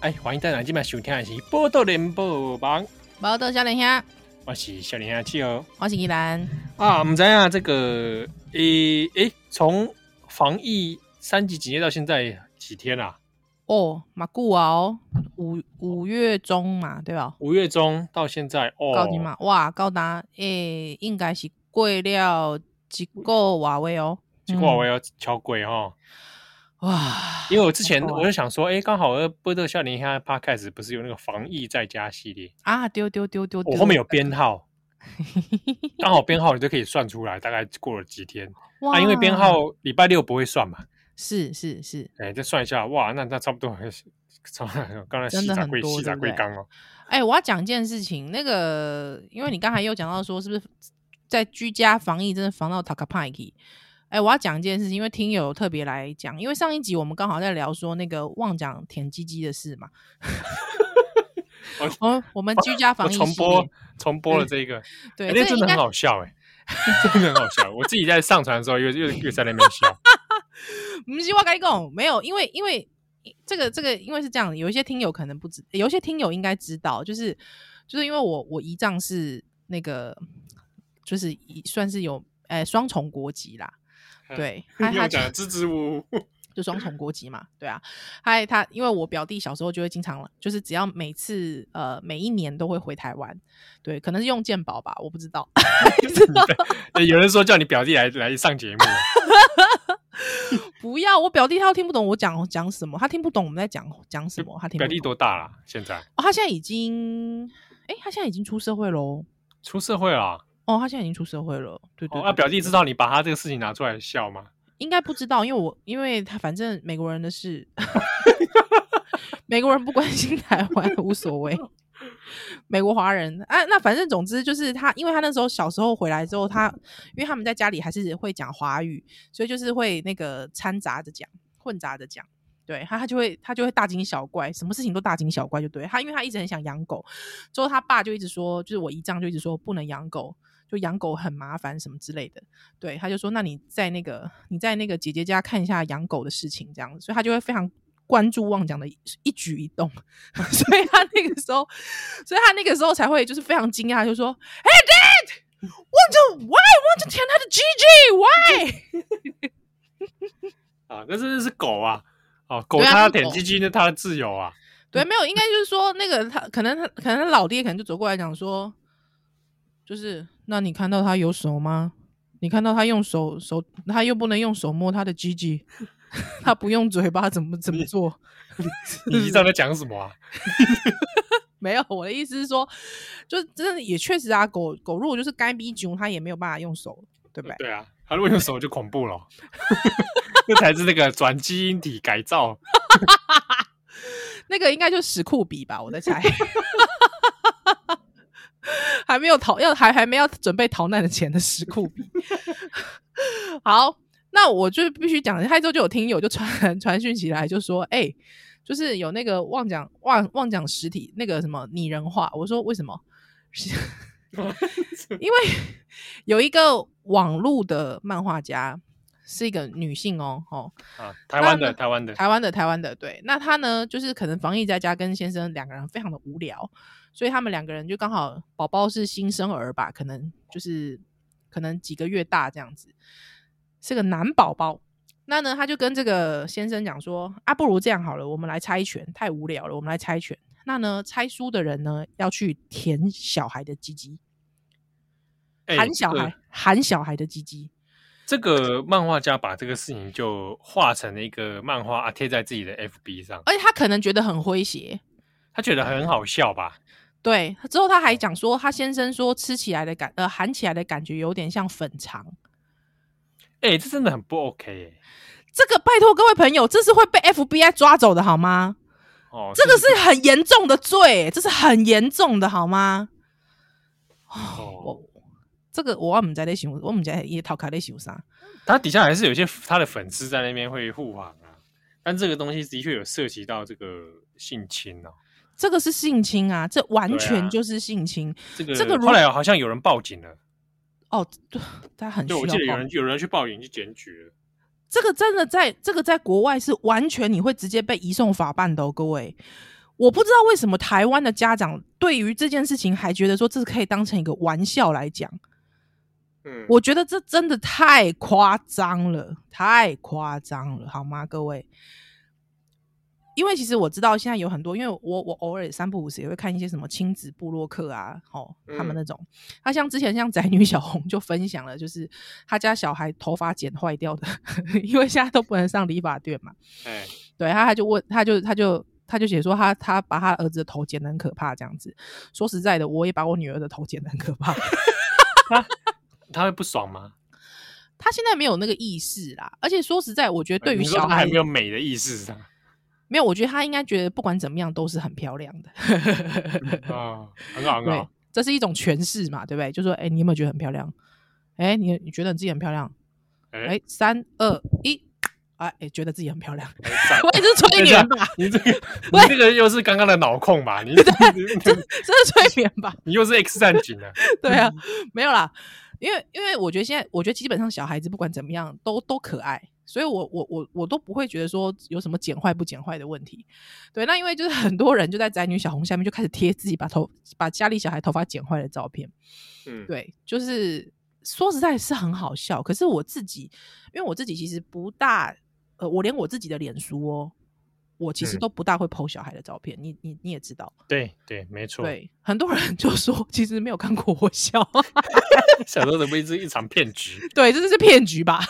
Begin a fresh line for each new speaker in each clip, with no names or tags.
哎，欢迎大家今晚收听的是《波多联播网》，
报道小林兄，
我是小林阿七哦。
我是依兰。
啊，我们知啊，这个诶诶，从、防疫三级警戒到现在几天啊？
哦，马古啊哦，五五月中嘛，对吧？
五月中到现在哦，
高级嘛，哇，高达诶、应该是过了一个瓦位哦，
结果我
嗯
要敲鬼哈，
哇，
因为我之前
嗯好高啊
我就想说，诶，刚好呃波特笑林现在 podcast 不是有那个防疫在家系列，
啊，丢丢丢丢丢，
哦我后面有编号，刚好编号你就可以算出来大概过了几天
哇，
啊，因为编号礼拜六不会算嘛，
是是是，
哎，再算一下，哇，那那差不多还是，差不多刚才
真
洗
的
澡
很
贵，
多
洗澡
对不
贵
对
刚哦，
哎、我要讲一件事情，那个，因为你刚才又讲到说，是不是在居家防疫真的防到塔卡派去？哎、我要讲一件事情，因为听友特别来讲，因为上一集我们刚好在聊说那个忘讲舔鸡鸡的事 嘛。我们我们居家
哦我
防疫
重
系
播
列嗯
重播了这一个，
对，
哎，那
这个
真的
应该
很好笑哎， 真的很好笑，我自己在上传的时候又又又在那边 笑，
不是我跟你讲，没有，因为因为这个这个，因为是这样，有一些听友可能不知，有一些听友应该知道，就是就是因为我我姨丈是那个，就是一算是有呃双重国籍啦，
嗯
对，他
又
他
讲得支支吾吾，
就双重国籍嘛，对啊，还他因为我表弟小时候就会经常，就是只要每次呃每一年都会回台湾，对，可能是用健保吧，我不知道，
哎有人说叫你表弟来来上节目，
不要，我表弟他都听不懂我讲讲什么，他听不懂我们在讲讲什么，他听不
表
懂。
弟多大啦？现在
哦，他现在已经，哎、他现在已经出社会喽。
出社会了，啊
哦，他现在已经出社会了。对对
哦，
对
啊，表弟
对
知道你把他这个事情拿出来笑吗？
应该不知道，因为我因为他反正美国人的事，美国人不关心台湾无所谓。美国华人，哎、那反正总之就是他，因为他那时候小时候回来之后，他因为他们在家里还是会讲华语，所以就是会那个掺杂着讲，混杂着讲。对他，他就会他就会大惊小怪，什么事情都大惊小怪，就对他，因为他一直很想养狗，之后他爸就一直说，就是我姨丈就一直说不能养狗，就养狗很麻烦什么之类的。对，他就说，那你在那个你在那个姐姐家看一下养狗的事情，这样子，所以他就会非常关注旺讲的一一举一动， 所以他那个时候，所以他那个时候才会就是非常惊讶，就说，Hey Dad。want to why want to 舔他的 GG why？
啊，那真的是狗啊，哦，狗
对啊
它
是狗
舔鸡鸡那它的自由 啊，
对，没有，应该就是说那个他可能他可能他老爹可能就走过来讲说，就是那你看到他有手吗？你看到他用手手，他又不能用手摸他的 GG，他 不用嘴巴怎么怎么做？
你姨丈在讲什么啊？
没有，我的意思是说，就是真的也确实啊，狗狗如果就是该逼囧，它也没有办法用手，对不对？
对啊，他如果用手就恐怖了， 这才是那个转基因体改造。
那个应该就是史酷比吧，我在猜。 还没有逃，要还还没要准备逃难的钱的史酷比。 好，那我就必须讲，泰州就有听友就传传讯起来，就说，哎、就是有那个妄讲妄妄讲实体那个什么拟人化，我说为什么？ 因为有一个网络的漫画家是一个女性哦，哦，
啊，台湾的，
那呢
台湾的，
台湾的台湾的，对。那他呢，就是可能防疫在家跟先生两个人非常的无聊，所以他们两个人就刚好宝宝是新生儿吧，可能就是可能几个月大这样子，是个男宝宝。那呢，他就跟这个先生讲说啊，不如这样好了，我们来猜拳，太无聊了，我们来猜拳。那呢，猜输的人呢，要去舔小孩的鸡鸡，
哎
含小孩，。含小孩的鸡鸡。
这个这个漫画家把这个事情就画成了一个漫画啊，贴在自己的 FB 上，
而且他可能觉得很诙谐，
他觉得很好笑吧？
对，之后他还讲说，他先生说吃起来的感，呃，含起来的感觉有点像粉肠。
哎，这真的很不 OK 哎。
这个拜托各位朋友，这是会被 FBI 抓走的好吗？
哦，
这个是很严重的罪，这是很严重的好吗？
哦，
我这个我我们在在想，我们在也讨卡在想啥？
他底下还是有一些他的粉丝在那边会护航啊，但这个东西的确有涉及到这个性侵哦。
这个是性侵啊，这完
对
全
啊
就是性侵、
这个
这个如
后来好像有人报警了，
哦。对，他很需
对
要
我记得有
报
人有人去报警去检举了。
这个真的在这个在国外是完全你会直接被移送法办的、哦，各位。我不知道为什么台湾的家长对于这件事情还觉得说这是可以当成一个玩笑来讲，
嗯，
我觉得这真的太夸张了，太夸张了，好吗，各位？因为其实我知道现在有很多，因为我我偶尔三不五时也会看一些什么亲子部落客啊，哦，他们
嗯
那种，他像之前像宅女小红就分享了，就是他家小孩头发剪坏掉的， 因为现在都不能上理发店嘛，
哎，
对，他他就问，他就他就他就写说他他把他儿子的头剪得很可怕这样子。说实在的，我也把我女儿的头剪得很可怕。
他会不爽吗？
他现在没有那个意识啦，而且说实在，我觉得对于
你说
小
他
孩
还没有美的意思上
没有，我觉得他应该觉得不管怎么样都是很漂亮的。
啊，很好很
对
好，，
这是一种诠释嘛，对不对？就说，哎、你有没有觉得很漂亮？哎、你你觉得你自己很漂亮？哎、
哎，
三二一，啊，哎、觉得自己很漂亮。
哎赞
我也是催
等一
眠
下
吧，
你这个你这个又是刚刚的脑控吧？ 你你
这是催眠吧？
你又是 X 战警了，
对啊，没有啦，因为因为我觉得现在，我觉得基本上小孩子不管怎么样都都可爱，所以我我我我都不会觉得说有什么剪坏不剪坏的问题。对，那因为就是很多人就在宅女小红下面就开始贴自己把头把家里小孩头发剪坏的照片，
嗯，
对，就是说实在是很好笑。可是我自己，因为我自己其实不大，呃，我连我自己的脸书哦。我其
嗯
实都不大会 PO 小孩的照片，你你你也知道，
对对，没错，
对，很多人就说其实没有看过我笑，
小时候的不是一场骗局，
对，这就是骗局吧？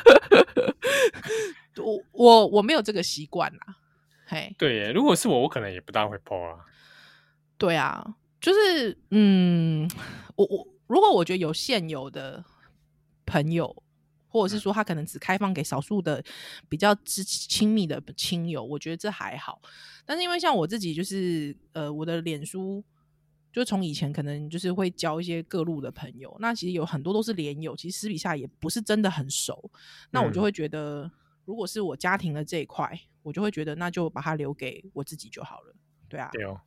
我我我没有这个习惯啦，嘿，
对耶，如果是我，我可能也不大会 PO 啊。
对啊，就是嗯，我我如果我觉得有现有的朋友，或者是说他可能只开放给少数的比较之亲密的亲友，我觉得这还好。但是因为像我自己，就是呃，我的脸书。就从以前可能就是会交一些各路的朋友，那其实有很多都是连友，其实私底下也不是真的很熟。那我就
嗯
会觉得，如果是我家庭的这一块，我就会觉得那就把它留给我自己就好了。对啊，
对哦，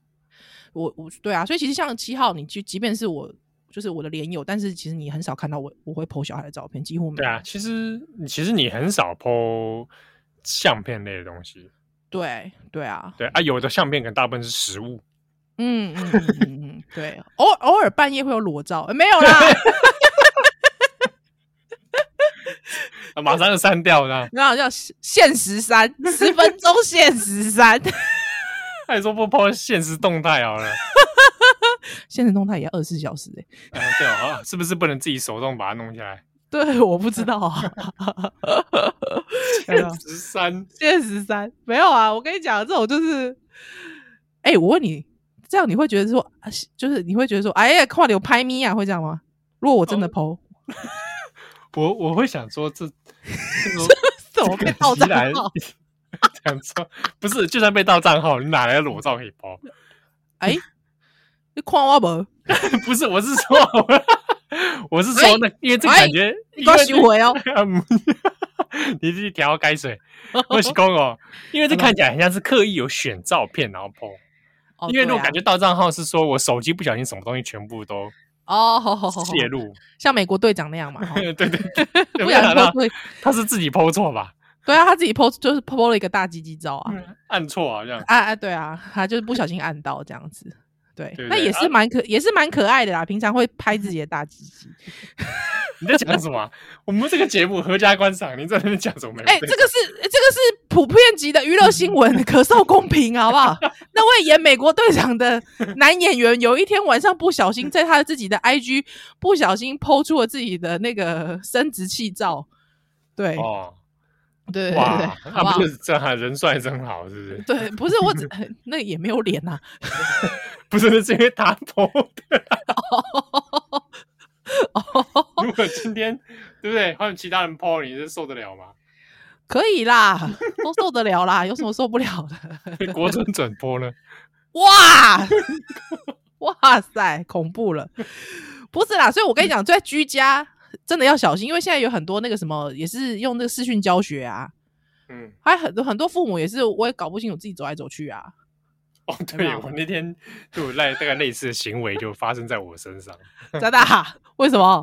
我我对啊，所以其实像七号，你就即便是我就是我的连友，但是其实你很少看到我我会 PO 小孩的照片，几乎没有。
对啊，其实其实你很少 PO 相片类的东西，
对对啊，
对啊，有的相片可能大部分是食物，
嗯嗯嗯嗯嗯，对，偶偶尔半夜会有裸照，呃没有 啦，
啊、马上就删掉了。
然后叫限时三十分钟限时三，
还说不 PO 现实动态好了，
现实动态也要二十四小时哎、
啊、对哦，啊是不是不能自己手动把它弄下来？
对，我不知道 啊， 对啊
十三，
现实三没有啊，我跟你讲，这种就是，哎、我问你，这样你会觉得说，啊是就是你会觉得说，哎呀，跨流拍咪啊，会这样吗？如果我真的剖，
我我会想说这，这种
怎么被爆炸
这个
到？
极难想说不是，就算被盗账号，你哪来的裸照可以包？
哎，你看我不？
不是，我是说，我是说那，因为这个感觉，
你
因
给我
为
收回哦！
嗯你自己调开水，我是公哦，因为这看起来很像是刻意有选照片然后 PO，
哦
因为那
对
种
啊
感觉盗账号是说我手机不小心什么东西全部都
哦，好好好，好
泄露，
像美国队长那 样嘛，哈
对对对，有
不
没有
然
想到
对
他是自己 PO 错吧？
对啊，他自己 PO 就是 PO 了一个大鸡鸡照啊，
按错好像，
啊啊，对啊，他就是不小心按到这样子。对，
对
那
对
也
啊
是蛮可，也是蛮可爱的啦。平常会拍自己的大鸡鸡，
你在讲什么啊？我们这个节目合家观赏，你在那边讲什么？
哎、这个是这个是普遍级的娱乐新闻，可受公平，好不好？ 那位演美国队长的男演员，有一天晚上不小心在他自己的 IG 不小心抛出了自己的那个生殖器照，对、
哦，
对对对对
哇，，
好不
那
好
不？就是这样啊人帅真好，是不是？
对，不是我只 那也没有脸啊呐、
不是，是因为他 PO 的。
哦，
如果今天对不对？换其他人 PO，你是受得了吗？
可以啦，都受得了啦，有什么受不了的？
被国准准 PO 了，
哇 哇塞，恐怖了！不是啦，所以我跟你讲，在居家真的要小心，因为现在有很多那个什么，也是用那个视讯教学啊，
嗯，
还有很多很多父母也是，我也搞不清楚自己走来走去啊。
哦，
有没
对
有
我那天就有类大概类似的行为就发生在我身上，
真的啊、为什么？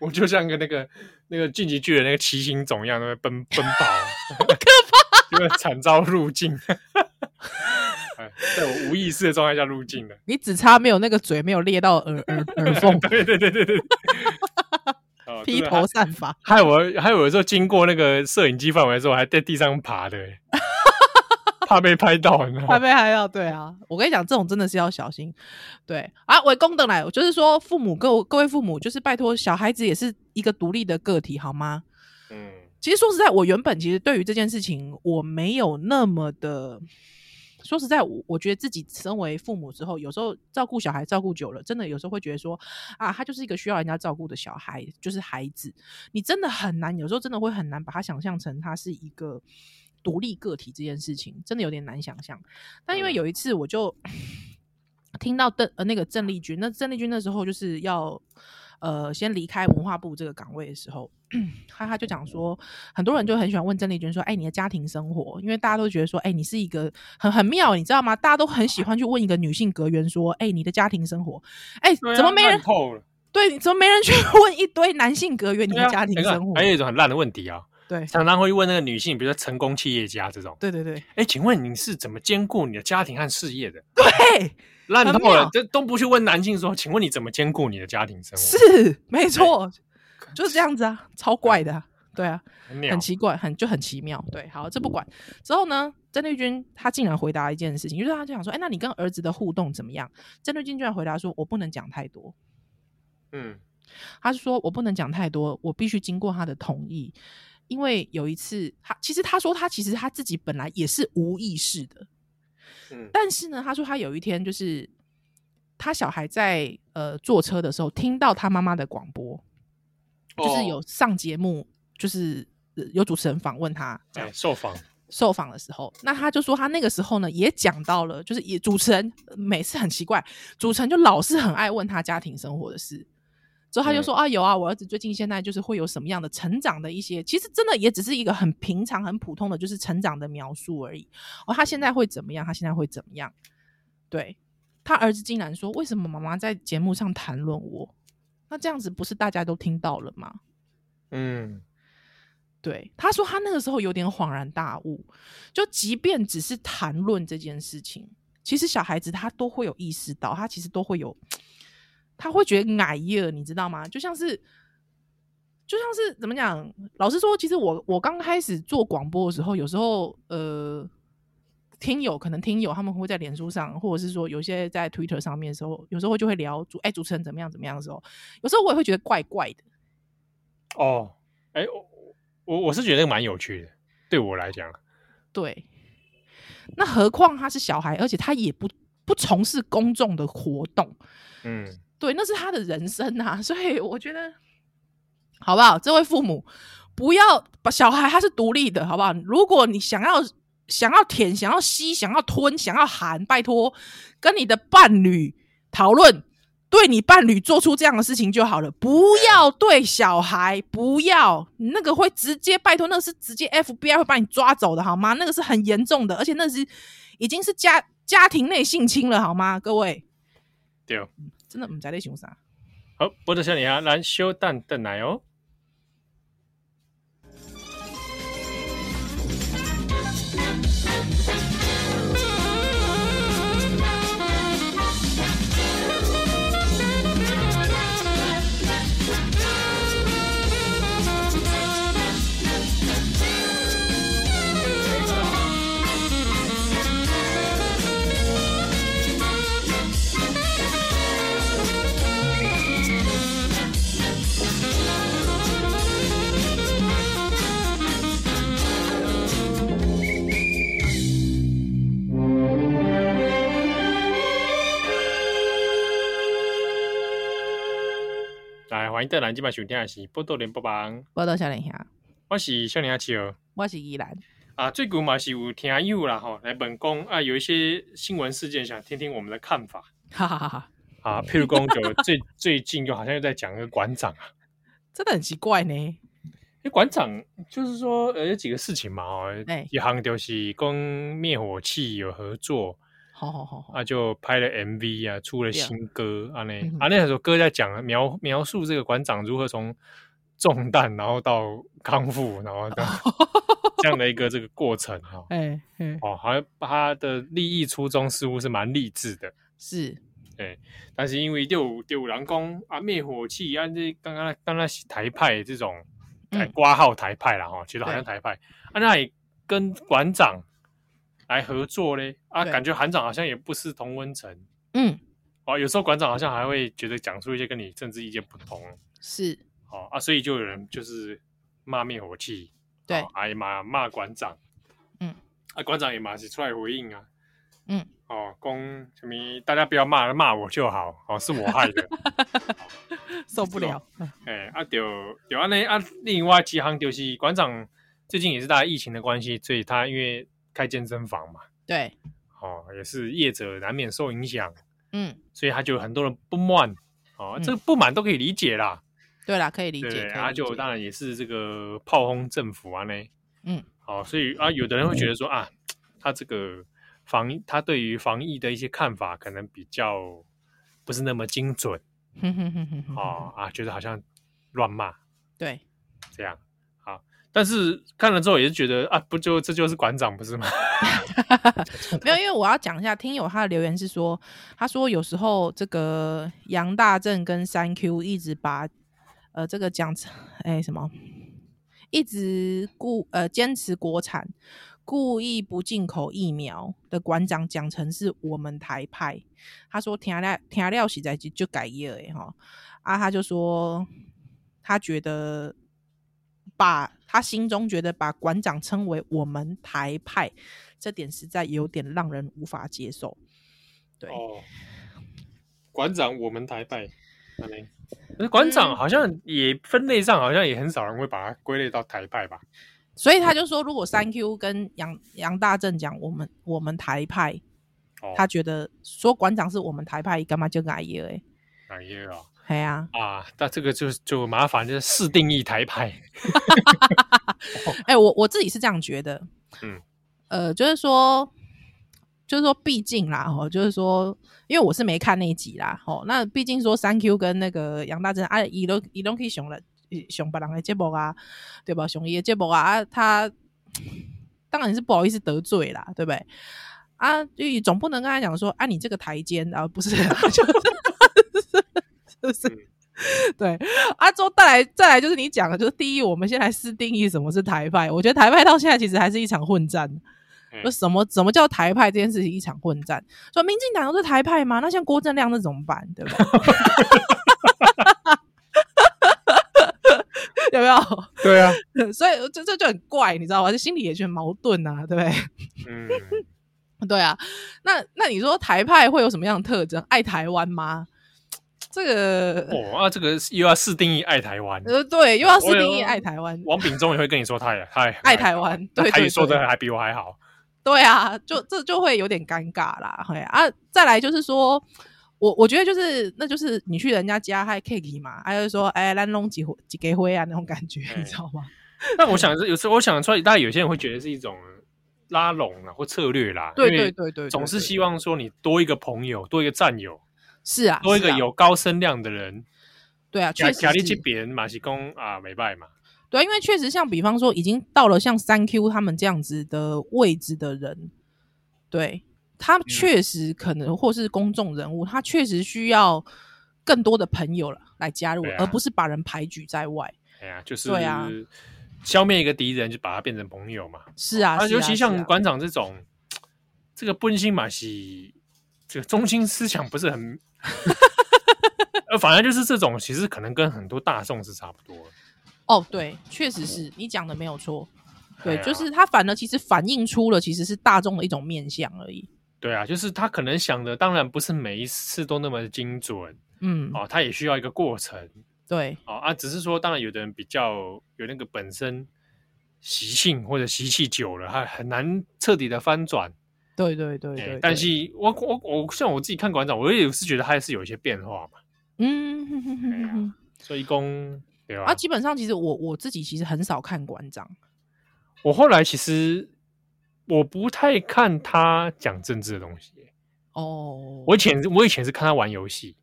我就像个那个那个晋级剧的那个骑行种一样，在那边 奔奔跑，好可怕，因为惨遭入境。哎在我无意识的状态下入境的。，
你只差没有那个嘴没有裂到耳耳耳缝
对对对对对，哦
披，
真
头
的
散 发。
害我害我有时候经过那个摄影机范围的时候，还在地上爬的欸，怕被拍到，你知道
还
吗？
没还要对啊，我跟你讲，这种真的是要小心。对啊，为公等来，我就是说，父母各各位父母，就是拜托，小孩子也是一个独立的个体，好吗？
嗯。
其实说实在，我原本其实对于这件事情，我没有那么的。说实在，我我觉得自己身为父母之后，有时候照顾小孩照顾久了，真的有时候会觉得说，啊，他就是一个需要人家照顾的小孩，就是孩子，你真的很难，有时候真的会很难把他想象成他是一个独立个体这件事情，真的有点难想象。但因为
嗯
有一次，我就听到邓呃那个郑丽君，那郑丽君那时候就是要呃先离开文化部这个岗位的时候， 他他就讲说，很多人就很喜欢问郑丽君说：“哎，你的家庭生活？”因为大家都觉得说：“哎，你是一个很很妙，你知道吗？”大家都很喜欢去问一个女性阁员说：“哎，你的家庭生活？哎，
对啊
怎么没人
烂？透了？
对，你怎么没人去 问一堆男性阁员你
对
的
啊
家庭
你看
生活？
还有一种很烂的问题啊，
对
常常会问那个女性，比如说成功企业家这种，
对 对对
哎，请问你是怎么兼顾你的家庭和事业的？
对，
烂
很
透了
妙，
这都不去问男性说，请问你怎么兼顾你的家庭生活？
是没错，就是这样子啊，超怪的啊、对啊。
很鸟
很奇怪，很就很奇妙。对，好，这不管。之后呢，郑丽君她竟然回答一件事情，就是她就想说，哎、那你跟儿子的互动怎么样？郑丽君居然回答说，我不能讲太多。
嗯
她是说我不能讲太多，我必须经过他的同意。因为有一次，她其实她说她其实她自己本来也是无意识的，
嗯
但是呢，她说她有一天就是她小孩在呃坐车的时候听到她妈妈的广播，就是有
哦
上节目，就是呃有主持人访问她这样
哎受访，
受访的时候，那他就说他那个时候呢也讲到了，就是也主持人呃每次很奇怪，主持人就老是很爱问他家庭生活的事。之后他就说、啊，有啊，我儿子最近现在就是会有什么样的成长的一些，其实真的也只是一个很平常、很普通的，就是成长的描述而已。哦，他现在会怎么样？他现在会怎么样？对他儿子竟然说，为什么妈妈在节目上谈论我？那这样子不是大家都听到了吗？
嗯
对，他说他那个时候有点恍然大悟，就即便只是谈论这件事情，其实小孩子他都会有意识到，他其实都会有，他会觉得矮耶，你知道吗？就像是，就像是怎么讲？老实说，其实我我刚开始做广播的时候，有时候呃。听友可能听友他们会在脸书上，或者是说有些在 Twitter 上面的时候，有时候就会聊主哎、主持人怎么样怎么样的时候，有时候我也会觉得怪怪的。
哦，哎我我我是觉得蛮有趣的，对我来讲，啊
对，那何况他是小孩，而且他也不不从事公众的活动，
嗯
对，那是他的人生啊， 所以我觉得，好不好？这位父母不要把小孩他是独立的，好不好？如果你想要想要舔、想要吸、想要吞、想要含，拜托跟你的伴侣讨论。对你伴侣做出这样的事情就好了，不要对小孩，不要那个会直接拜托，那个是直接 FBI 会把你抓走的好吗？那个是很严重的，而且那是已经是家家庭内性侵了好吗？各位，
对，哦
真的唔知你想啥。
好，波特小你啊，蓝修蛋蛋奶哦。来，欢迎邓兰，今晚收听的是《波多连播榜》，
报道小林兄，
我是少年阿七儿
我是依兰。
啊。最近嘛是有听友啦吼，来本宫啊，有一些新闻事件想听听我们的看法
哈哈哈哈，
啊。譬如公就最 最近又好像又在讲一个馆长啊，
真的很奇怪呢。
那馆长就是说呃有几个事情嘛哦
哎，
一行就是跟灭火器有合作
好好好好，
啊，就拍了 MV 啊，出了
对啊
新歌啊那
嗯哼
啊那首歌在讲描描述这个馆长如何从重担然后到康复，然后到这样的一个这个过程哈、哦。
哎哎，
哦，好像他的利益初衷似乎是蛮励志的，
是
但是因为六六郎公啊灭火器啊这刚刚刚刚是台派这种，哎
嗯
挂号台派啦哈，其实好
对
像台派啊，那也跟馆长来合作嘞啊，
对
感觉馆长好像也不是同温层
嗯
哦，有时候馆长好像还会觉得讲出一些跟你政治意见不同
是，
哦啊，所以就有人就是骂灭火器，
对
哦，哎骂骂馆长，
嗯，
啊馆长也马是出来回应啊，
嗯，
哦，公什么大家不要骂骂我就好，哦是我害的。
受不了，
哎、啊，就就安尼啊，另外几行就是馆长最近也是大家疫情的关系，所以他因为开健身房嘛，
对，
哦，也是业者难免受影响，
嗯，
所以他就很多人不满，哦，
嗯
这个不满都可以理解啦，
对啦，可以理
对不
解，
对，
可以
啊，
理
就
解
当然也是这个炮轰政府啊呢，
嗯，
哦，所以啊，有的人会觉得说啊，他这个防疫他对于防疫的一些看法可能比较不是那么精准，
哼哼哼哼哼哼
哦啊，觉得好像乱骂，
对，
这样好，但是看了之后也是觉得啊，不就这就是馆长不是吗？
没有，因为我要讲一下，听友他的留言是说，他说有时候这个杨大正跟三 Q 一直把呃这个讲成哎什么，一直故呃坚持国产，故意不进口疫苗的馆长讲成是我们台派。他说听了听了实在就就改业哎哈啊，他就说他觉得把他心中觉得把馆长称为我们台派，这点实在有点让人无法接受。对，
哦，馆长我们台派，可是馆
嗯
长好像也分类上好像也很少人会把它归类到台派吧？
所以他就说，如果三 Q 跟杨杨大正讲我们我们台派，
哦，
他觉得说馆长是我们台派，干嘛就挨耶哎，
哎呀
哎呀、
啊，那这个就就麻烦，就是试定义台派。
啊，哎、我我自己是这样觉得，
嗯，
呃，就是说。就是说，毕竟啦，哦，就是说，因为我是没看那一集啦，哦，那毕竟说三 Q 跟那个杨大正，啊，伊都伊都去熊了，熊别人的节目啊，对吧？熊爷节目啊，啊他当然是不好意思得罪啦，对不对？啊，就总不能跟他讲说，啊，你这个台阶啊，不是 啊，就是是不是？对，啊，之后再来再来就是你讲的，就是第一，我们先来试定义什么是台派。我觉得台派到现在其实还是一场混战，
嗯
就什么怎么叫台派这件事情一场混战。说民进党都是台派吗？那像郭正亮那怎么办？对不对？有没有？
对啊，
所以这这就很怪，你知道吗？就心里也觉得矛盾啊，对不对？
嗯，
对啊，那那你说台派会有什么样的特征？爱台湾吗？这个
哦啊，这个又要试定义爱台湾。
呃，对，又要是定
我
义
有啊
爱台湾，
王炳忠也会跟你说他也他也很
爱台湾，对
他也
对
说
对，
的还比我还好。
对啊，就这就会有点尴尬啦。嘿啊，再来就是说。我我觉得就是，那就是你去人家家还 cake 嘛，还有说，哎，咱弄几回几给灰啊那种感觉，
嗯
你知道吗？
但我想是有时候我想出来，大概有些人会觉得是一种拉拢啊啦或策略啦，
对
因为
对对对，
总是
对
希望说你多一个朋友，多一个战友，
是啊，
多一个
是啊，
有高声量的人，
对
卡
啊，确实
卡利这
是。
边马西公啊，没拜嘛，
对，因为确实像比方说，已经到了像三 Q 他们这样子的位置的人，对
嗯
他确实可能或是公众人物，他确实需要更多的朋友了来加入，
对啊
而不是把人排举在外。
哎呀，就是
对啊
消灭一个敌人，就把他变成朋友嘛。
是啊，
啊，
是啊
尤其
是
像
啊
馆长这种，这个奔心马西，这个中心思想不是很， 呃，反而就是这种，其实可能跟很多大众是差不多的。
哦，对，确实是你讲的没有错。对，
嗯哎呀
就是他反而其实反映出了其实是大众的一种面相而已。
对啊，就是他可能想的，当然不是每一次都那么精准
嗯，
哦，他也需要一个过程。
对，
哦啊，只是说，当然有的人比较有那个本身习性或者习气久了，他很难彻底的翻转。
对对对
哎
对对
但是我我我像我自己看馆长，我也是觉得他还是有一些变化嘛，
嗯哼哼哼
哎
哼
呀
哼
所以公对吧、
啊，基本上其实我我自己其实很少看馆长。
我后来其实我不太看他讲政治的东西，
哦，
我以前我以前是看他玩游戏，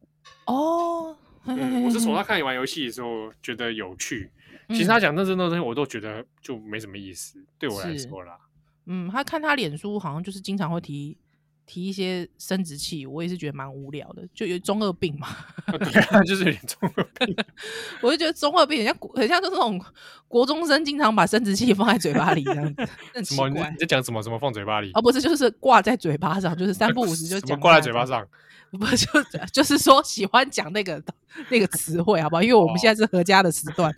哦，嘿嘿嘿
嗯我是从
嘿嗯
他看你玩游戏的时候觉得有趣，其实他讲那些东西，我都觉得就没什么意思，对我来
是
说啦。
嗯，他看他脸书好像就是经常会提提一些生殖器，我也是觉得蛮无聊的，就有中二病嘛。
啊对啊，就是有点中二病。
我就觉得中二病很像国，很像就是那种国中生经常把生殖器放在嘴巴里这样子， 很
什
奇
么？你
怪
你。在讲什么？什么放嘴巴里？
而、哦不是就是挂在嘴巴上，就是三不五 时就
什么
讲
挂在
它
嘴巴，上？
不就就是说喜欢讲那个那个词汇好不好？因为
哦
我们现在是合家的时 段，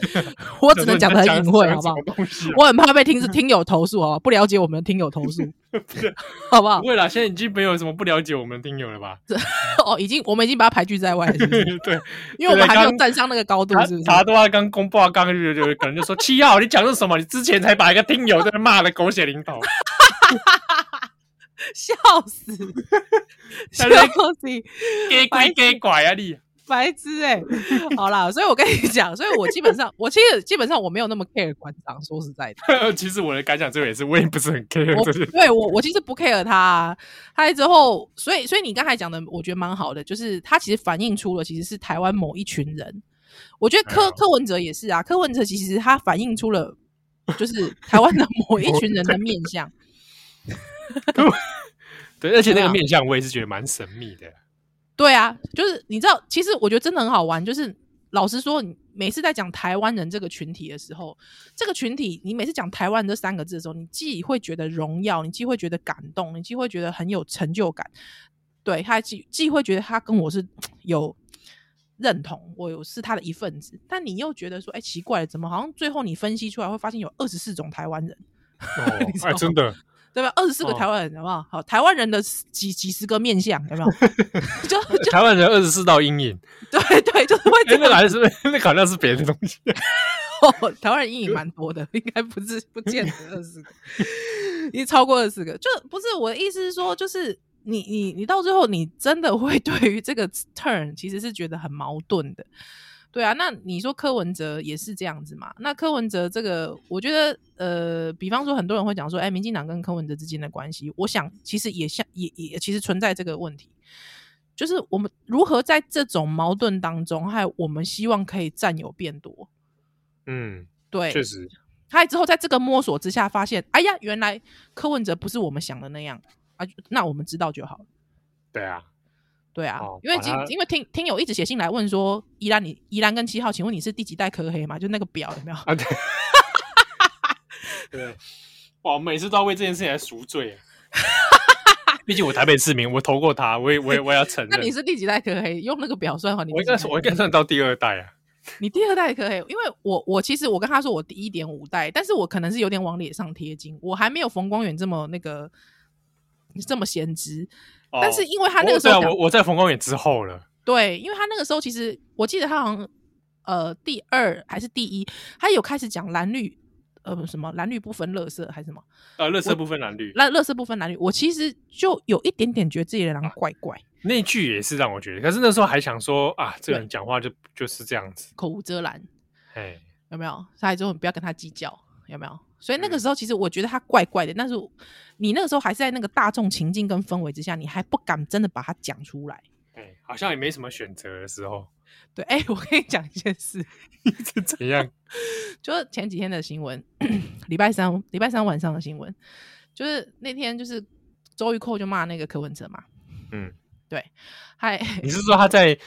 我只能讲的很隐晦好不好？？
啊
我很怕被听听友投诉好不好？不了解我们的听友投诉
是，
好不好
不？会啦，现在已经没有什么不了解我们的听友了吧？
哦，已经我们已经把它排拒在外了，是不是？
对，
因为我们还没
对
有
刚
站上那个高度，
查
是不是？
查多啊，刚公布啊，刚就就可能就说七号，你讲的是什么？你之前才把一个听友在那骂的狗血淋 头，
笑死，笑
他在
死！
给拐给拐啊你！
白痴哎、好啦，所以我跟你讲，所以我基本上，我其实基本上我没有那么 care 馆长，说实在的，
其实我的感想这个也是，我也不是很 care
我
这些。
对我我其实不 care 他、啊，他之后，所以所以你刚才讲的，我觉得蛮好的，就是他其实反映出了其实是台湾某一群人，我觉得
哎
柯
呀
柯文哲也是啊，柯文哲其实他反映出了就是台湾的某一群人的面相，
对，而且那
对
个
啊
面相我也是觉得蛮神秘 的。
对啊，就是你知道，其实我觉得真的很好玩。就是老实说，你每次在讲台湾人这个群体的时候，这个群体，你每次讲台湾人这三个字的时候，你既会觉得荣耀，你既会觉得感动，你既会觉得很有成就感，对他既既会觉得他跟我是有认同，我有是他的一份子。但你又觉得说，哎，奇怪了，怎么好像最后你分析出来会发现有二十四种台湾人？
哦
你知道
哎，
吗
真的，
对吧？二十四个
哦
台湾人，有没有？好，台湾人的几几十个面相，有没有？ 就就
台湾人二十四道阴影，
对对，就是会
哎，
这样
那个好像是那个好像是别的东西。
哦，台湾人阴影蛮多的，应该不是不见得二十个，你超过二十个，就不是我的意思是说，就是你你你到最后，你真的会 对于这个 turn 其实是觉得很矛盾的，对啊。那你说柯文哲也是这样子嘛？那柯文哲这个，我觉得呃，比方说很多人会讲说，哎，民进党跟柯文哲之间的关系，我想其实也像也也其实存在这个问题。就是我们如何在这种矛盾当中，还有我们希望可以占有变多，
嗯，
对，
确实，
他之后在这个摸索之下发现，哎呀，原来柯文哲不是我们想的那样啊，就那我们知道就好了。
对啊，
对啊，
哦
因为
把
今
它
因为听听友一直写信来问说，宜兰你宜兰跟七号，请问你是第几代柯黑吗？就那个表有没有？
啊对， 对，啊哇，我每次都要为这件事情来赎罪啊。 毕竟我台北市民，我投过他，我也我也我也要承
那
认。
你是第几代柯黑？用那个表算好，你
我应
第
该
几
是
代
我应该算到第二代啊。
你第二代柯黑，因为我我其实我跟他说我第一点五代，但是我可能是有点往脸上贴金，我还没有冯光远这么那个这么先知，
哦
但是因为他那
我
个时候
对啊，
讲
我我在冯光远之后了。
对，因为他那个时候其实我记得他好像呃第二还是第一，他有开始讲蓝绿呃什么蓝绿不分乐色还是什么
呃，乐色部分蓝绿
蓝乐色不分蓝绿，我其实就有一点点觉得自己的狼怪怪，
那句也是让我觉得，可是那时候还想说啊，这个人
对
讲话就就是这样子，
口无遮拦，
哎，
有没有？下来之后你不要跟他计较，有没有？所以那个
嗯
时候其实我觉得他怪怪的，但是你那个时候还是在那个大众情境跟氛围之下，你还不敢真的把它讲出来。
哎，好像也没什么选择的时 候，
对，哎、 我跟你讲一件事，
是怎样？
就是前几天的新闻， 礼拜三礼拜三晚上的新闻，就是那天就是周玉蔻就骂那个柯文哲嘛，
嗯，
对，还
你是说他在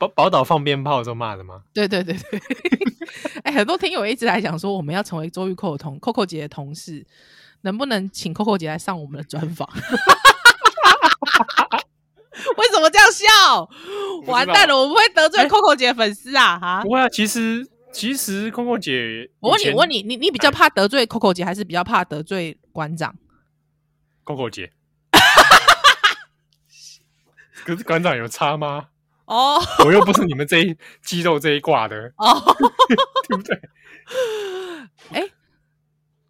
宝宝岛放鞭炮的时候骂的吗？
对对对对， 哎、很多听友一直来讲说我们要成为周玉蔻的同 Coco 姐的同事，能不能请 Coco 姐来上我们的专访？ 为什么这样笑？
道哎
完蛋了，我们会得罪 Coco 姐的粉丝啊！哈
不，会啊，其实其实空空姐，
我问你，我问
你，
你，你你
哎
比较怕得罪 Coco 姐，还是比较怕得罪馆长？
空空姐，可是馆长有差吗？
哦、
我又不是你们这一肌肉这一挂的，
哦，
对不 对？
哎、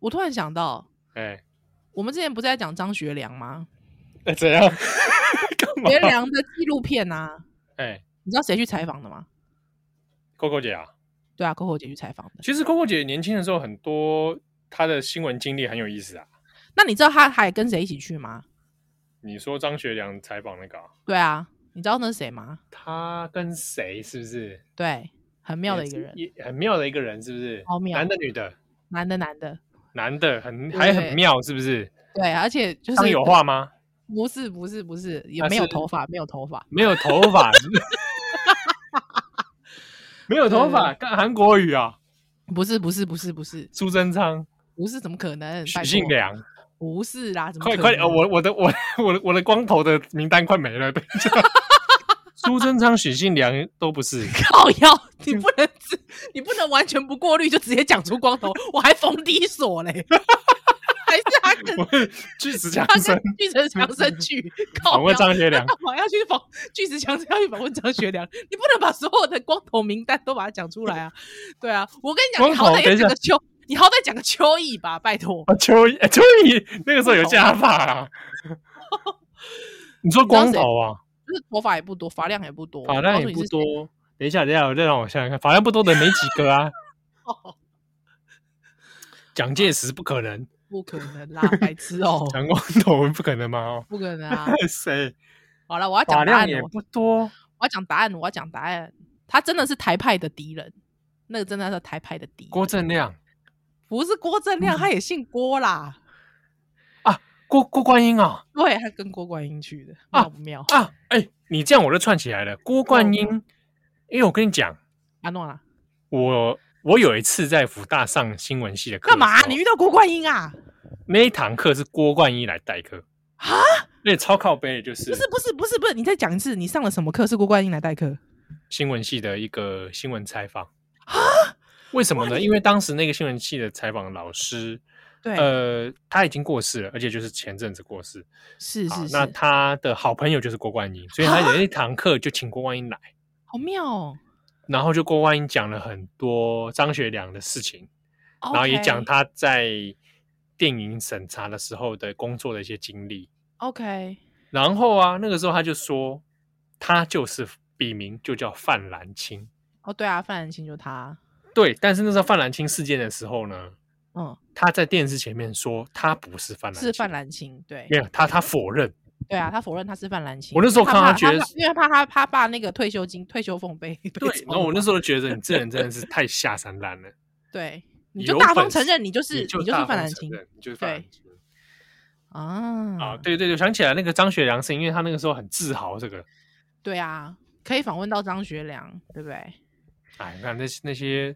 我突然想到，
哎，
我们之前不是在讲张学良吗？
那哎怎样？干嘛
学？良的纪录片啊，
哎，
你知道谁去采访的吗？
空空姐啊，
对啊，Coco 姐去采访的。
其实 Coco 姐年轻的时候，很多她的新闻经历很有意思啊。
那你知道他还跟谁一起去吗？
你说张学良采访那个啊、
对啊，你知道那是谁吗？
他跟谁是不是？
对，很妙的一个人，
也很妙的一个人，是不是？
超妙
男的女的，
男的男的，
男的很
对
还很妙，是不是？
对，而且就是
当有话吗？
不是不是不是，也
那
没有
是
头发，没有头发，
没有头 发，是不是没有头
嗯
发，看韩国语啊，
不是不是不是不是
苏贞昌、
不是，怎么可能？拜
许信
托，
良，
不是啦，怎么
快
可
快点！呃
能
我我的我 我的我的光头的名单快没了， 等一下。苏贞昌、许信良都不是，
靠腰，你
嗯
不能只你不能完全不过滤就直接讲出光头，我还逢低锁嘞，还是他跟
我巨石强
他
森
跟巨石强森 去，
访
靠
问
腰，
张学良
他，干嘛要去访巨石强森要去访问张学良？你不能把所有的光头名单都把它讲出来啊！对啊，我跟你讲，
光
你好
头等
歹也
一下
讲个秋，你好歹讲个秋意吧，拜托。
啊，秋意，秋意那个时候有加法 啊。你说光头啊，
就是头发也不多，发量也不多，
发量
我告
也
诉哦你是
不多。等一下，等一下，我再让我想想看，发量不多的没几个啊。
哦
蒋介石不可能，
不可能啦，白痴哦，
蒋光头不可能嘛？ 哦，
不可能啊！
谁？
好了，我要
发
讲答
量
案
也
了，
不多。
我要讲答案，我要讲答案。他真的是台派的敌人，那个真的是台派的敌人。
郭正嗯亮
不是郭正亮，他也姓 郭啦。
啊，郭郭冠英啊
对，他跟郭冠英去的，
啊
妙不妙？
啊！哎，你这样我就串起来了。郭冠英，
哦
因为我跟你讲，
阿诺
啊
啦，
我我有一次在福大上新闻系的课的时
干
候，
嘛？你遇到郭冠英啊？
那一堂课是郭冠英来代课
啊？
对，超靠背的就是
不是不是不是不是，你再讲一次，你上了什么课？是郭冠英来代课？
新闻系的一个新闻采访
啊
为什么呢？因为当时那个新闻系的采访老师，
对，
呃，他已经过世了，而且就是前阵子过世。
是
好
是，是，
那他的好朋友就是郭冠英，所以他有一堂课就请郭冠英来，
好妙哦。
然后就郭冠英讲了很多张学良的事情，然后也讲他在电影审查的时候的工作的一些经历。
OK，
然后啊，那个时候他就说，他就是笔名就叫范兰青。
哦，对啊，范兰青就他，
对，但是那时候范兰青事件的时候呢，
嗯，
他在电视前面说他不是范兰，
是范，兰青，对
没，有他他否认，
对啊，他否认他是范兰青。
我那时候
他
看
怕
他觉得
怕因为怕他他爸那个退休金、退休俸被
对
对，
然后我那时候就觉得你这人真的是太下三滥了，
对，你
有
就大方
本
承
事
认你 就是
你就
就是
大
范
方
兰
承
青
认，你就是范兰青
啊
啊！对对对，想起来那个张学良是因为他那个时候很自豪这个，
对啊，可以访问到张学良，对不对？
哎，你看那些那些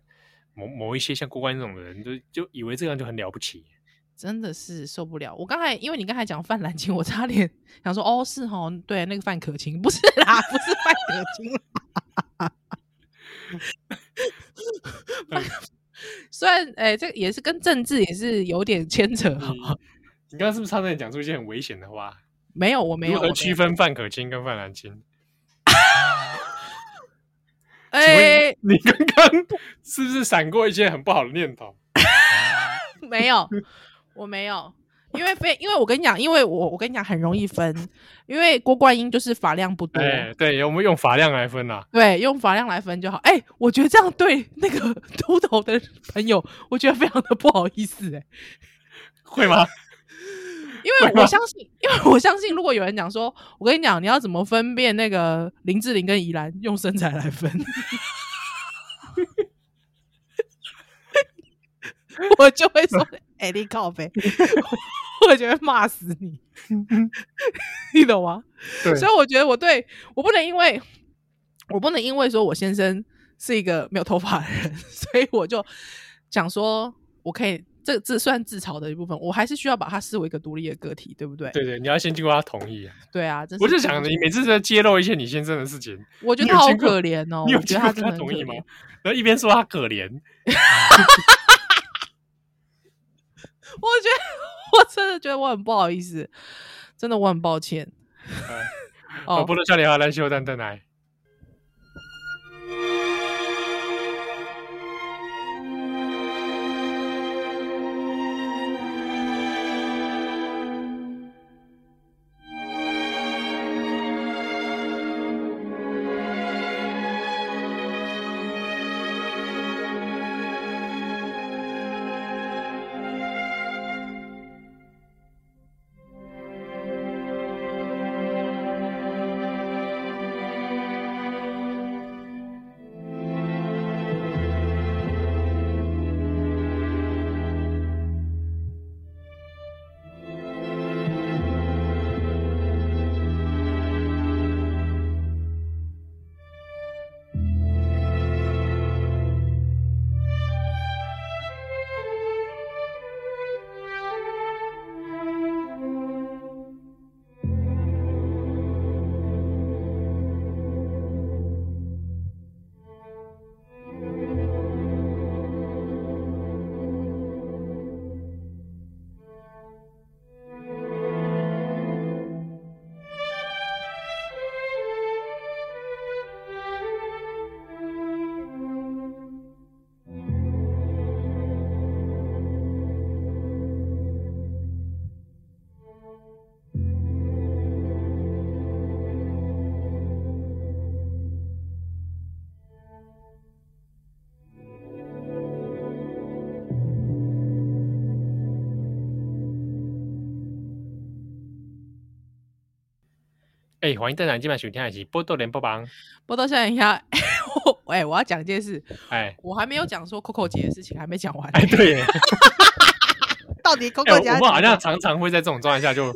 某某一些像郭关这种的人，就就以为这样就很了不 起，
真的是受不了！我刚才因为你刚才讲范兰青，我差点想说哦，是哦，对，那个范可清不是啦，不是范可清啦。 范虽然哎、这个也是跟政治也是有点牵扯哈
你。你刚刚是不是差点讲出一些很危险的话？
没有，我没有
如
我没
何
有
区分范可清跟范兰青？
哎、
请问你刚刚是不是闪过一些很不好的念头？
没有，我没有，因为非因为我跟你讲，因为我我跟你讲很容易分，因为郭冠英就是发量不多，
哎，对，我们用发量来分啊啦、
对，用发量来分就好。哎、我觉得这样对那个 秃头的朋友，我觉得非常的不好意思哎、
会吗？
因
会
为
吗
我相信，因为我相信，如果有人讲说，我跟你讲，你要怎么分辨那个林志玲跟宜兰，用身材来分。 我就会说，哎、你靠呗， 我就会骂死你，你懂吗？
对
所以我觉得我对我不能因为我不能因为说我先生是一个没有头发的人， 所以我就讲说我可以这这算自嘲的一部分，我还是需要把他视为一个独立的个体，对不对？
对对，你要先经过他同意、啊。
对啊，真是
我就想你每次在揭露一些你先生的事情，
我觉
你
得
有
他好
经过
可怜哦，
你有
我觉
经
得
过
真
他
的很
同
可
意吗
怜？
然后一边说他可怜，
我觉得我真的觉得我很不好意思，真的我很抱歉。
哦，
哦
不，能笑脸话来秀蛋蛋来。
Thank
哎、欢迎邓南今晚收听的是《波多连波邦》。
波多笑脸鸭， 我哎、我要讲一件事，
哎，
我还没有讲说 Coco 姐的事情，还没讲完。
哎，对耶，
到底
哎
Coco 姐
我
要
们
讲
好像
什
常常会在这种状态下 就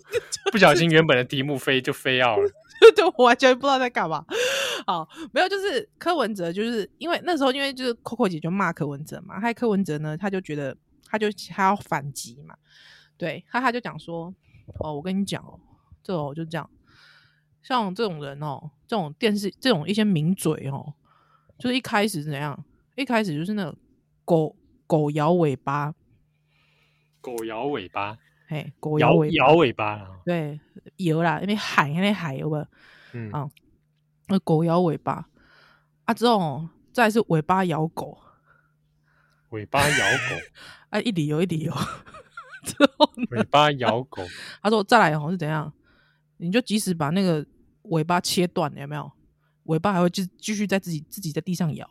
不小心原本的题目飞就飞要了。
么对我完全不知道在干嘛。好，没有，就是柯文哲，就是因为那时候因为就是 Coco 姐就骂柯文哲嘛，害柯文哲呢，他就觉得他就他要反击嘛，对，他他就讲说，哦，我跟你讲哦，这种就这样，像这种人哦，这种电视这种一些名嘴哦，就是一开始怎样，一开始就是那个狗狗摇尾巴，
狗摇尾巴，
嘿，狗摇
摇
尾巴，
摇尾巴啊，
对，摇啦，那边喊，那边喊，有没有？
嗯，
啊那狗摇尾巴啊，之后哦再来是尾巴摇狗，
尾巴摇狗，
啊，一理由一理由。 之后呢
尾巴摇 狗，
他说再来哦是怎样，你就即使把那个尾巴切断，有没有？尾巴还会继继续在自己自己在地上摇。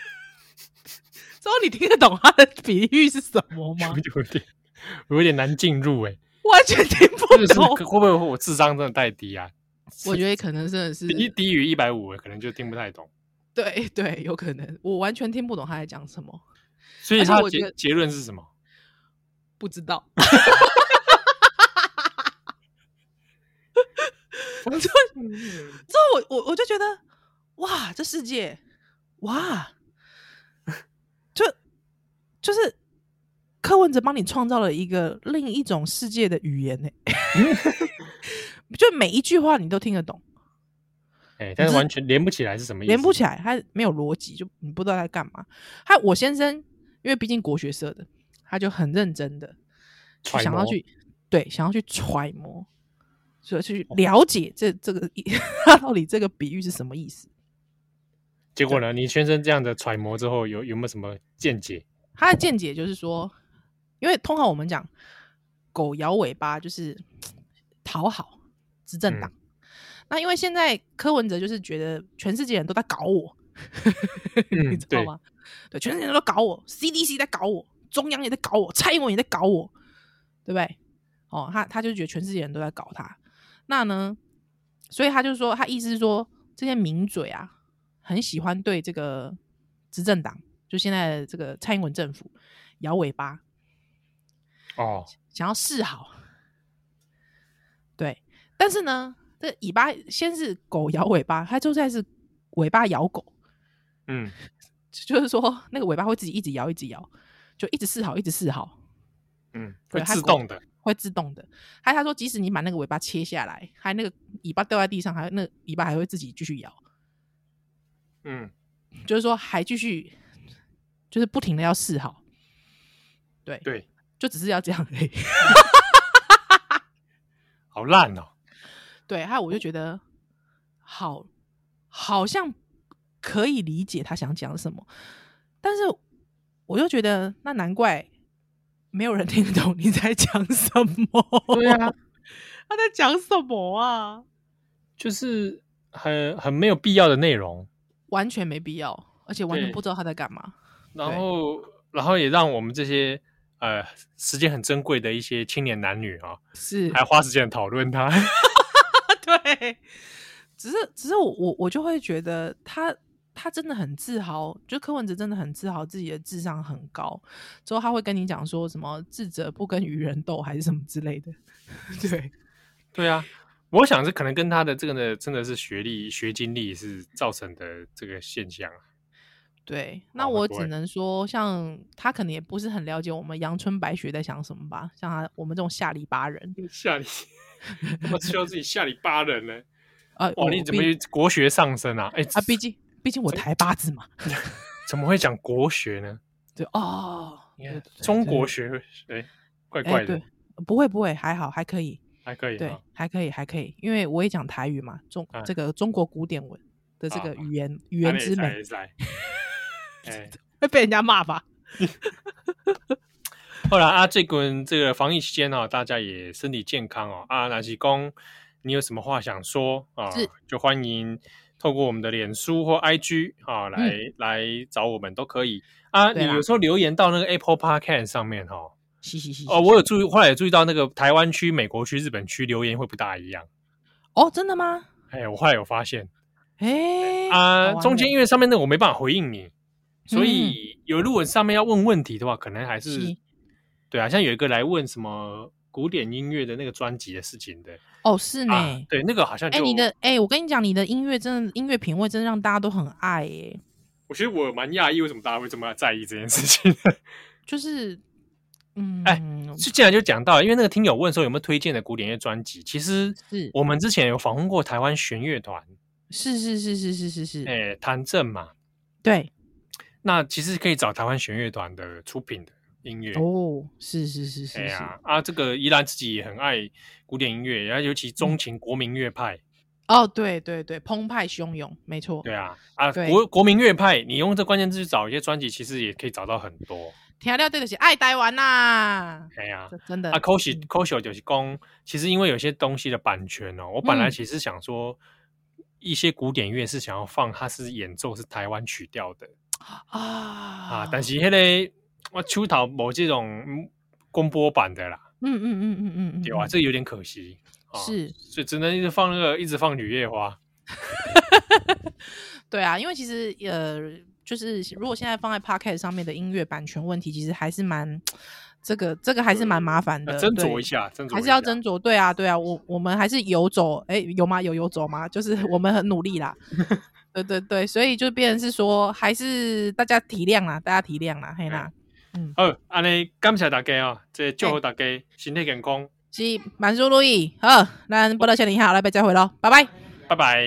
之后你听得懂他的比喻是什么吗？
有点 有点难进入哎、
完全听
这个
不
是
懂
会。不会我智商真的太低啊？
我觉得可能真的是
低低于一百五，可能就听不太懂。
对对，有可能我完全听不懂他在讲什么，
所以
而且
他
我觉
结
得
结论是什么？
不知道。 之后我我我就觉得，哇，这世界，哇，就就是柯文哲帮你创造了一个另一种世界的语言呢、欸 就每一句话你都听得懂，
哎、但是完全连不起来是什么意思？
连不起来，他没有逻辑，就你不知道在干嘛。他我先生，因为毕竟国学社的，他就很认真的去
揣
想要
摩
去对想要去揣摩，所以去
哦
了解这这个 到底这个比喻是什么意思。
结果呢？你先生这样的揣摩之后，有有没有什么见解？
他的见解就是说，因为通常我们讲狗摇尾巴就是讨好执政党，那因为现在柯文哲就是觉得全世界人都在搞我， 你
嗯
知道吗？对，全世界人都搞我，CDC 在搞我，中央也在搞我，蔡英文也在搞我，对不对？哦，他他就觉得全世界人都在搞他，那呢，所以他就说，他意思是说，这些名嘴啊，很喜欢对这个执政党，就现在的这个蔡英文政府摇尾巴，
哦，
想要示好。对，但是呢，这尾巴先是狗摇尾巴，它就再是尾巴摇狗，
嗯，
就是说那个尾巴会自己一直摇，一直摇，就一直示好，一直示好，
嗯，会
对他
自
果
动的，
会自动的。还他说，即使你把那个尾巴切下来，还那个尾巴掉在地上，还那个尾巴还会自己继续摇，
嗯，
就是说还继续，就是不停的要示好。对，
对，
就只是要这样而已。
好烂哦，
对，还有我就觉得好，好像可以理解他想讲什么，但是我就觉得那难怪没有人听得懂你在讲什么。
对啊，
他在讲什么啊？
就是很很没有必要的内容，
完全没必要，而且完全
对
不知道他在干嘛。
然
对
后然后也让我们这些呃时间很珍贵的一些青年男女啊，
是
还花时间讨论它。
对，只是只是我我我就会觉得他他真的很自豪，就柯文哲真的很自豪自己的智商很高，之后他会跟你讲说什么智者不跟愚人斗还是什么之类的， 对，
对啊，我想这可能跟他的这个呢，真的是学历、学经历是造成的这个现象啊。
对，那
哦
我
会不会
只能说，像他可能也不是很了解我们阳春白雪在想什么吧，像他我们这种下里巴人，
吓你，他妈说自己吓你巴人呢？
呃，
哇，
我
你怎么
毕
国学上升啊？哎、
啊？毕竟毕竟我台八字嘛，
怎么会讲国学呢？
对哦，
你
对
看
对
中
对
国学，哎、怪
哎
怪的，
对，不会不会，还好还可以，
还可以
对
啊。，
还可以还可以，因为我也讲台语嘛，中
哎
这个中国古典文的这
啊
个
啊
语言语言之美，
在。哎，
会被人家骂吧？
后来啊，这滚这个防疫期间哦，大家也身体健康哦。啊，南西公，你有什么话想说啊
是？
就欢迎透过我们的脸书或 IG 啊来、来找我们都可以啊。
嗯对
你
啦
有时候留言到那个 Apple Podcast 上面哦。
嘻嘻嘻嘻
哦，我有注意，后来也注意到那个台湾区、美国区、日本区留言会不大一样。
哦，真的吗？
哎，我后来有发现
哎、
啊、
好玩
中
欸
间因为上面那个我没办法回应你，所以有如果上面要问问题的话，可能还是
是
对啊，像有一个来问什么古典音乐的那个专辑的事情的
哦是呢。
啊，对，那个好像
哎、
就
你的哎、我跟你讲，你的音乐真的音乐品味真的让大家都很爱哎、
我其实我蛮讶异，为什么大家会这么在意这件事情？
就是嗯，
哎是既然就讲到了，因为那个听友问说有没有推荐的古典乐专辑，其实
是
我们之前有访问过台湾弦乐团，
是是是是是是是，
诶、谭震嘛，
对
那其实可以找台湾弦乐团的出品的音乐。
哦，是是是是
哎
是，
呀啊，这个宜兰自己也很爱古典音乐，然后尤
嗯
其钟情国民乐派，
哦，对对对，澎湃汹涌，没错。
对啊啊，
对
国国民乐派，你用这关键字去找一些专辑，其实也可以找到很多。
调料对得起爱台湾呐、
哎呀，
这真的
啊，可惜
嗯
可惜就是讲，其实因为有些东西的版权哦，我本来
嗯
其实想说，一些古典乐是想要放，它是演奏是台湾曲调的
啊
啊，但是迄、那个我秋桃某这种嗯公播版的啦，
嗯嗯嗯嗯嗯嗯，
对吧、
嗯
这有点可惜啊，，
是
所以只能一直放那个，一直放女夜花。
对啊，因为其实呃，就是如果现在放在 Podcast 上面的音乐版权问题，其实还是蛮这个这个还是蛮麻烦
要
的，
呃斟酌
对
一下，斟酌
还是要
一下
斟酌。对啊，对啊，我我们还是游走，哎，有吗？有游走吗？就是 我们很努力 啦。对对对，所以就变成是说，还是大家体谅啦，大家体谅啦，嘿
嗯
啦，
好，安尼感谢大家哦，这祝福大家身体健康，
是满叔路易，好，那波多少你好，来，拜再会喽，拜拜。
拜拜。